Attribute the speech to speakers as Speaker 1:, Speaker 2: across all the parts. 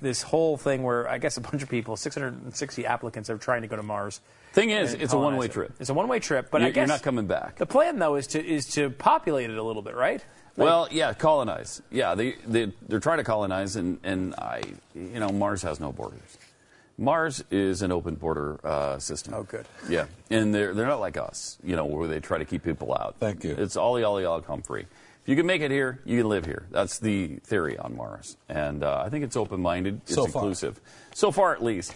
Speaker 1: this whole thing where I guess a bunch of people, 660 applicants, are trying to go to Mars.
Speaker 2: Thing is,
Speaker 1: and
Speaker 2: it's a
Speaker 1: colonize
Speaker 2: one-way
Speaker 1: it.
Speaker 2: trip.
Speaker 1: It's a one-way trip, but I
Speaker 2: You're-
Speaker 1: guess
Speaker 2: you're not coming back.
Speaker 1: The plan though is to is to populate it a little bit, right?
Speaker 2: well, yeah, colonize. Yeah, they, they they're trying to colonize, and and I, you know, Mars has no borders. Mars is an open border uh, system.
Speaker 1: Oh, good.
Speaker 2: Yeah, and they're they're not like us, you know, where they try to keep people out.
Speaker 3: Thank you.
Speaker 2: It's ollie ollie ollie come free. If you can make it here, you can live here. That's the theory on Mars, and uh, I think it's open minded. It's
Speaker 3: So far.
Speaker 2: inclusive. So far, at least.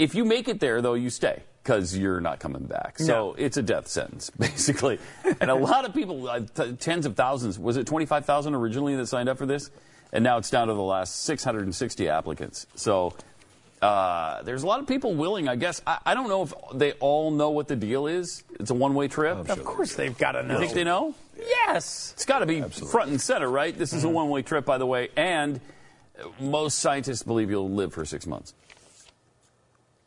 Speaker 2: If you make it there, though, you stay because you're not coming back. So it's a death sentence, basically. and a lot of people, uh, t- tens of thousands, was it 25,000 originally that signed up for this? And now it's down to the last 660 applicants. So uh, there's a lot of people willing, I guess. I, I don't know if they all know what the deal is. It's a one way trip.
Speaker 1: Of course, they've got to know.
Speaker 2: You think they know?
Speaker 1: Yes.
Speaker 2: It's got to be front and center, right? This
Speaker 1: Mm-hmm.
Speaker 2: is a one way trip, by the way. And most scientists believe you'll live for six months.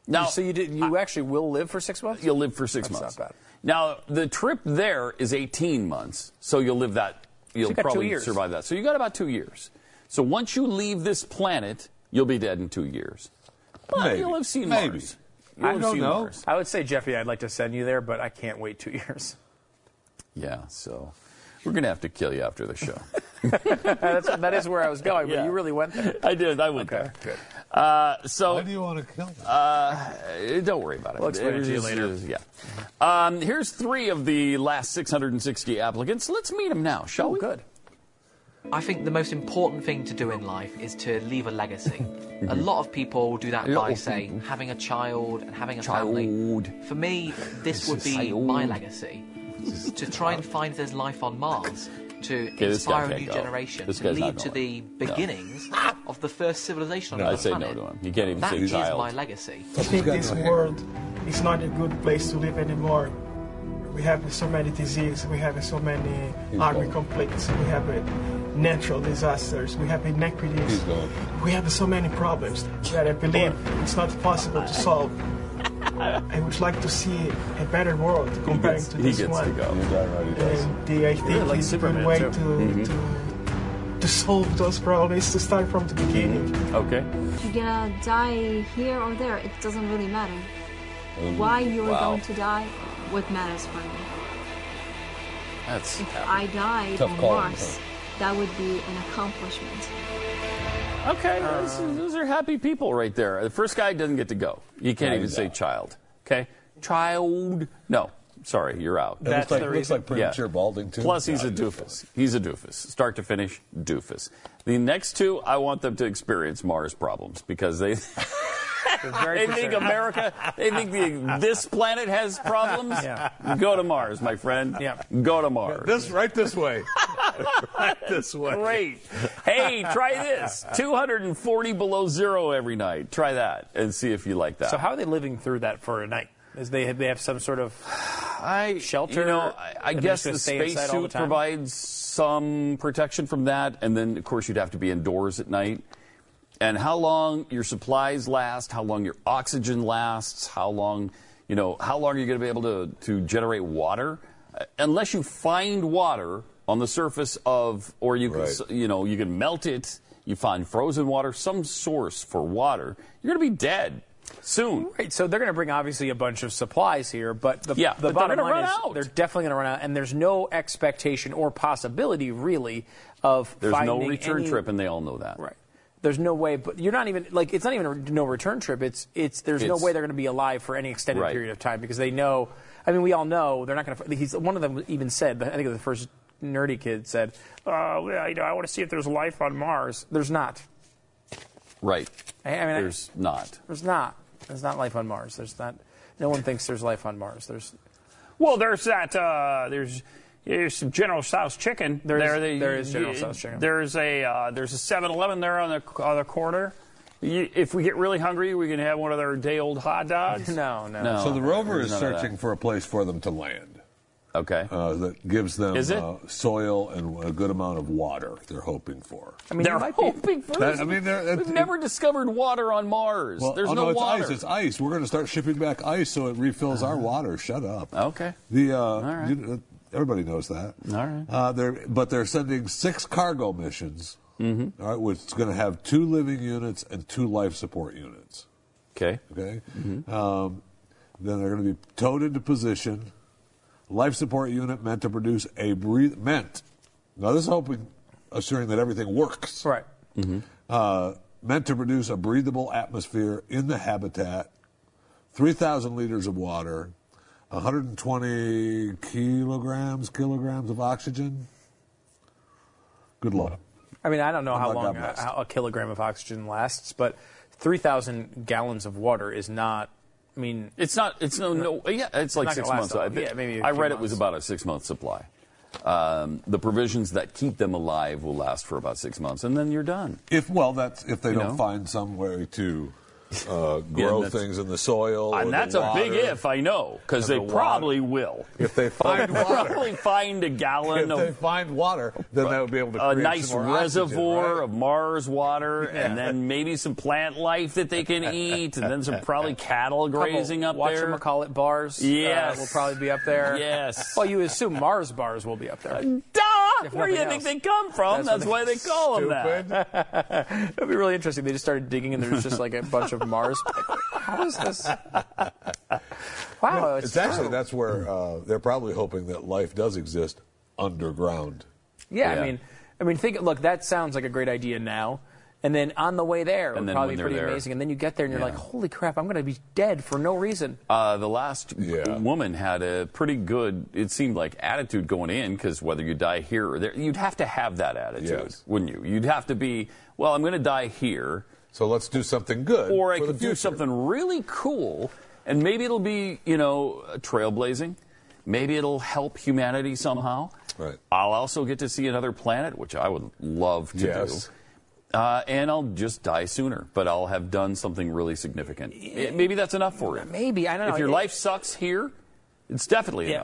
Speaker 2: Now,
Speaker 1: so you did, you actually will live for six months.
Speaker 2: you'll live for six
Speaker 1: That's
Speaker 2: months.
Speaker 1: not bad.
Speaker 2: Now the trip there is 18 months, so you'll live that. You'll
Speaker 1: you got two
Speaker 2: probably
Speaker 1: years.
Speaker 2: survive that. So you got about two years. So once you leave this planet, you'll be dead in two years. But
Speaker 3: Maybe.
Speaker 2: you'll have seen
Speaker 3: Maybe.
Speaker 2: Mars.
Speaker 3: I
Speaker 2: have
Speaker 3: don't
Speaker 2: seen
Speaker 3: know.
Speaker 2: Mars.
Speaker 1: I would say, Jeffy, I'd like to send you there, but I can't wait two years.
Speaker 2: Yeah. So we're gonna have to kill you after the show.
Speaker 1: That's, that is where I was going, but
Speaker 2: Yeah.
Speaker 1: you really went there.
Speaker 2: I did. I went
Speaker 1: Okay,
Speaker 2: there. Uh, so
Speaker 3: Why do you want to kill me?
Speaker 2: Uh, don't worry about it.
Speaker 1: We'll explain it to you
Speaker 2: was-
Speaker 1: later.
Speaker 2: was- yeah. Um, here's three of the last 660 applicants. Let's meet them now, shall we?
Speaker 1: Good.
Speaker 4: I think the most important thing to do in life is to leave a legacy. a lot of people do that
Speaker 2: A lot
Speaker 4: by,
Speaker 2: of
Speaker 4: say,
Speaker 2: people.
Speaker 4: having a child and having a
Speaker 2: Child.
Speaker 4: family. For me, this would be
Speaker 2: Child.
Speaker 4: my legacy. to try and find if there's life on Mars, to
Speaker 2: this guy
Speaker 4: inspire a
Speaker 2: can't
Speaker 4: new
Speaker 2: go.
Speaker 4: generation,
Speaker 2: This
Speaker 4: to
Speaker 2: guy's not
Speaker 4: lead to
Speaker 2: going.
Speaker 4: the
Speaker 2: No.
Speaker 4: beginnings of the first civilization on
Speaker 2: I
Speaker 4: another
Speaker 2: say no
Speaker 4: planet.
Speaker 2: to him. He can't even
Speaker 4: That
Speaker 2: say
Speaker 4: is
Speaker 2: child.
Speaker 4: my legacy.
Speaker 5: I think
Speaker 3: got
Speaker 5: this
Speaker 3: no hair.
Speaker 5: world is not a good place to live anymore. We have so many diseases, we have so many army conflicts, we have uh, natural disasters, we have inequities,
Speaker 3: gone.
Speaker 5: we have so many problems that I believe it's not possible to solve. I would like to see a better world comparing
Speaker 2: gets-
Speaker 5: to
Speaker 2: he
Speaker 5: this
Speaker 2: gets to
Speaker 5: one.
Speaker 2: go.
Speaker 3: You're darn right he does.
Speaker 5: And the, I think
Speaker 1: really like
Speaker 5: it's a
Speaker 1: Superman,
Speaker 5: good way
Speaker 1: too.
Speaker 5: to,
Speaker 2: Mm-hmm.
Speaker 5: to, to solve those problems, to start from the beginning.
Speaker 2: Okay.
Speaker 6: You're gonna die here or there, it doesn't really matter.
Speaker 3: Um,
Speaker 6: Why you're
Speaker 2: wow.
Speaker 6: going to die, what matters for me.
Speaker 2: That's
Speaker 6: If I died
Speaker 3: Tough
Speaker 6: on
Speaker 3: call,
Speaker 6: Mars, that would be an accomplishment.
Speaker 2: okay. those, those are happy people right there. The first guy doesn't get to go. You can't
Speaker 3: No,
Speaker 2: even
Speaker 3: he's
Speaker 2: say
Speaker 3: out.
Speaker 2: child. Okay. Child. No. Sorry, you're out.
Speaker 3: It
Speaker 1: That's
Speaker 3: looks like,
Speaker 1: the
Speaker 3: looks
Speaker 1: reason.
Speaker 3: like premature balding too.
Speaker 2: Plus, he's a doofus. He's a doofus. Start to finish, doofus. The next two, I want them to experience Mars problems because they
Speaker 1: You're very
Speaker 2: they think
Speaker 1: conservative.
Speaker 2: America, they think the, this planet has problems.
Speaker 1: Yeah.
Speaker 2: Go to Mars, my friend.
Speaker 1: Yeah.
Speaker 2: Go to Mars.
Speaker 3: This right this way. right this way.
Speaker 2: Great. Hey, try this. 240 below zero every night. Try that and see if you like that.
Speaker 1: So how are they living through that for a night? Is they they have some sort of
Speaker 2: I
Speaker 1: shelter?
Speaker 2: You know, I, I
Speaker 1: And they're
Speaker 2: guess
Speaker 1: just gonna
Speaker 2: the
Speaker 1: stay inside all the
Speaker 2: spacesuit
Speaker 1: time?
Speaker 2: provides some protection from that, and then of course you'd have to be indoors at night. And how long your supplies last, how long your oxygen lasts, how long you know how long are you going to be able to to generate water? Uh, Unless you find water on the surface of, or you
Speaker 3: Right.
Speaker 2: can, you know you can melt it. You find frozen water, some source for water. You're going to be dead soon.
Speaker 1: Right, so they're going to bring obviously a bunch of supplies here, but the,
Speaker 2: Yeah,
Speaker 1: the
Speaker 2: but they're
Speaker 1: bottom
Speaker 2: gonna
Speaker 1: line
Speaker 2: run
Speaker 1: is
Speaker 2: out.
Speaker 1: they're definitely going to run out, and there's no expectation or possibility really of
Speaker 2: There's
Speaker 1: finding
Speaker 2: no return
Speaker 1: any-
Speaker 2: trip, and they all know that.
Speaker 1: Right. There's no way, but you're not even like it's not even a no return trip. It's it's there's no
Speaker 2: It's-
Speaker 1: way they're going to be alive for any extended
Speaker 2: Right.
Speaker 1: period of time because they know. I mean, we all know they're not going to. He's one of them even said. I think it was the first nerdy kid said, "Oh, well, you know, I want to see if there's life on Mars. There's not.
Speaker 2: Right.
Speaker 1: I, I mean, I-
Speaker 2: There's not.
Speaker 1: there's not. There's not life on Mars. There's not. No one thinks there's life on Mars. There's
Speaker 7: Well, there's that. Uh, there's there's some General Tso's chicken.
Speaker 1: There is-
Speaker 7: there, that
Speaker 1: there
Speaker 7: you-
Speaker 1: is General
Speaker 7: you-
Speaker 1: Tso's chicken.
Speaker 7: There's a uh, there's a 7-Eleven there on the on the corner. You, if we get really hungry, we can have one of their day old hot dogs.
Speaker 1: no, no.
Speaker 2: No.
Speaker 3: So the rover is
Speaker 2: None of that.
Speaker 3: searching for a place for them to land
Speaker 2: Okay.
Speaker 3: uh, that gives them
Speaker 2: Is it?
Speaker 3: Uh, soil and a good amount of water. They're hoping for.
Speaker 1: I mean,
Speaker 2: they're
Speaker 1: you might be-
Speaker 2: hoping for
Speaker 3: That- I mean, they're-
Speaker 2: We've
Speaker 3: it-
Speaker 2: never discovered water on Mars. There's
Speaker 3: oh,
Speaker 2: no,
Speaker 3: it's
Speaker 2: water.
Speaker 3: ice. It's ice. We're going to start shipping back ice so it refills our water. Shut up.
Speaker 2: Okay.
Speaker 3: The uh,
Speaker 2: Oh. right.
Speaker 3: you- uh, everybody knows that.
Speaker 2: All right.
Speaker 3: Uh, they're but they're sending six cargo missions
Speaker 2: Mm-hmm.
Speaker 3: all right, which is going to have two living units and two life support units.
Speaker 2: Okay.
Speaker 3: Okay.
Speaker 2: Mm-hmm.
Speaker 3: Um, then they're going to be towed into position. Life support unit meant to produce a breathe meant. Now this is hoping, assuring that everything works.
Speaker 1: Right.
Speaker 3: Uh, meant to produce a breathable atmosphere in the habitat. Three thousand liters of water, 120 kilograms kilograms of oxygen. Good luck.
Speaker 1: I mean, I don't
Speaker 2: Oh
Speaker 1: know how
Speaker 3: not
Speaker 1: long
Speaker 3: that
Speaker 1: a,
Speaker 3: blessed.
Speaker 1: how a kilogram of oxygen lasts, but 3,000 gallons of water is not. I mean,
Speaker 2: It's not. It's no. No. Yeah. It's like
Speaker 1: not
Speaker 2: six
Speaker 1: gonna last
Speaker 2: months.
Speaker 1: that
Speaker 2: I,
Speaker 1: long. Yeah, maybe a
Speaker 2: I
Speaker 1: few
Speaker 2: read it was
Speaker 1: months.
Speaker 2: about a six month supply. Um, the provisions that keep them alive will last for about six months, and then you're done.
Speaker 3: If well, that's if they
Speaker 2: You
Speaker 3: don't
Speaker 2: know?
Speaker 3: find some way to uh, grow
Speaker 2: that's-
Speaker 3: things in the soil. or
Speaker 2: and
Speaker 3: the
Speaker 2: that's a big
Speaker 3: water.
Speaker 2: if, I know, because
Speaker 3: And
Speaker 2: they
Speaker 3: the water.
Speaker 2: probably will.
Speaker 3: If they find water,
Speaker 2: probably find a gallon
Speaker 3: if they
Speaker 2: of
Speaker 3: find water, then they would be able to
Speaker 2: a
Speaker 3: create
Speaker 2: nice
Speaker 3: some more oxygen,
Speaker 2: reservoir
Speaker 3: right?
Speaker 2: of Mars water, and then maybe some plant life that they can eat, and then some probably cattle grazing up
Speaker 1: watch
Speaker 2: there.
Speaker 1: them call it bars. uh,
Speaker 2: Yes.
Speaker 1: will probably be up there.
Speaker 2: Yes.
Speaker 1: Well, you assume Mars bars will be up there.
Speaker 2: Duh!
Speaker 1: If
Speaker 2: Where do you
Speaker 1: nothing
Speaker 2: think
Speaker 1: else.
Speaker 2: they come from?
Speaker 1: That's
Speaker 2: That's, why
Speaker 1: what
Speaker 2: they call them that.
Speaker 3: Stupid.
Speaker 1: It'd be really interesting. They just started digging, and there's just like a bunch of Mars. How is this? Wow, it's,
Speaker 3: Oh, It's actually
Speaker 1: true.
Speaker 3: that's where uh, they're probably hoping that life does exist underground.
Speaker 1: Yeah,
Speaker 2: Yeah.
Speaker 1: I mean, I mean, think. Look, that sounds like a great idea now. And then on the way there, it would
Speaker 2: then
Speaker 1: probably be
Speaker 2: when they're
Speaker 1: pretty
Speaker 2: there.
Speaker 1: amazing. And then you get there, and you're
Speaker 2: Yeah.
Speaker 1: like, "Holy crap! I'm going to be dead for no reason."
Speaker 2: Uh, the last
Speaker 3: Yeah.
Speaker 2: woman had a pretty good, it seemed like, attitude going in because whether you die here or there, you'd have to have that attitude,
Speaker 3: Yes.
Speaker 2: wouldn't you? You'd have to be, well, I'm going to die here,
Speaker 3: So let's do something good.
Speaker 2: or I
Speaker 3: for the
Speaker 2: could do
Speaker 3: future.
Speaker 2: something really cool, and maybe it'll be, you know, trailblazing. Maybe it'll help humanity somehow.
Speaker 3: Right.
Speaker 2: I'll also get to see another planet, which I would love to
Speaker 3: Yes.
Speaker 2: do. Uh, and I'll just die sooner, but I'll have done something really significant. Maybe that's enough for you.
Speaker 1: Maybe I don't know.
Speaker 2: If your
Speaker 1: It-
Speaker 2: life sucks here, it's definitely
Speaker 1: Yeah.
Speaker 2: enough.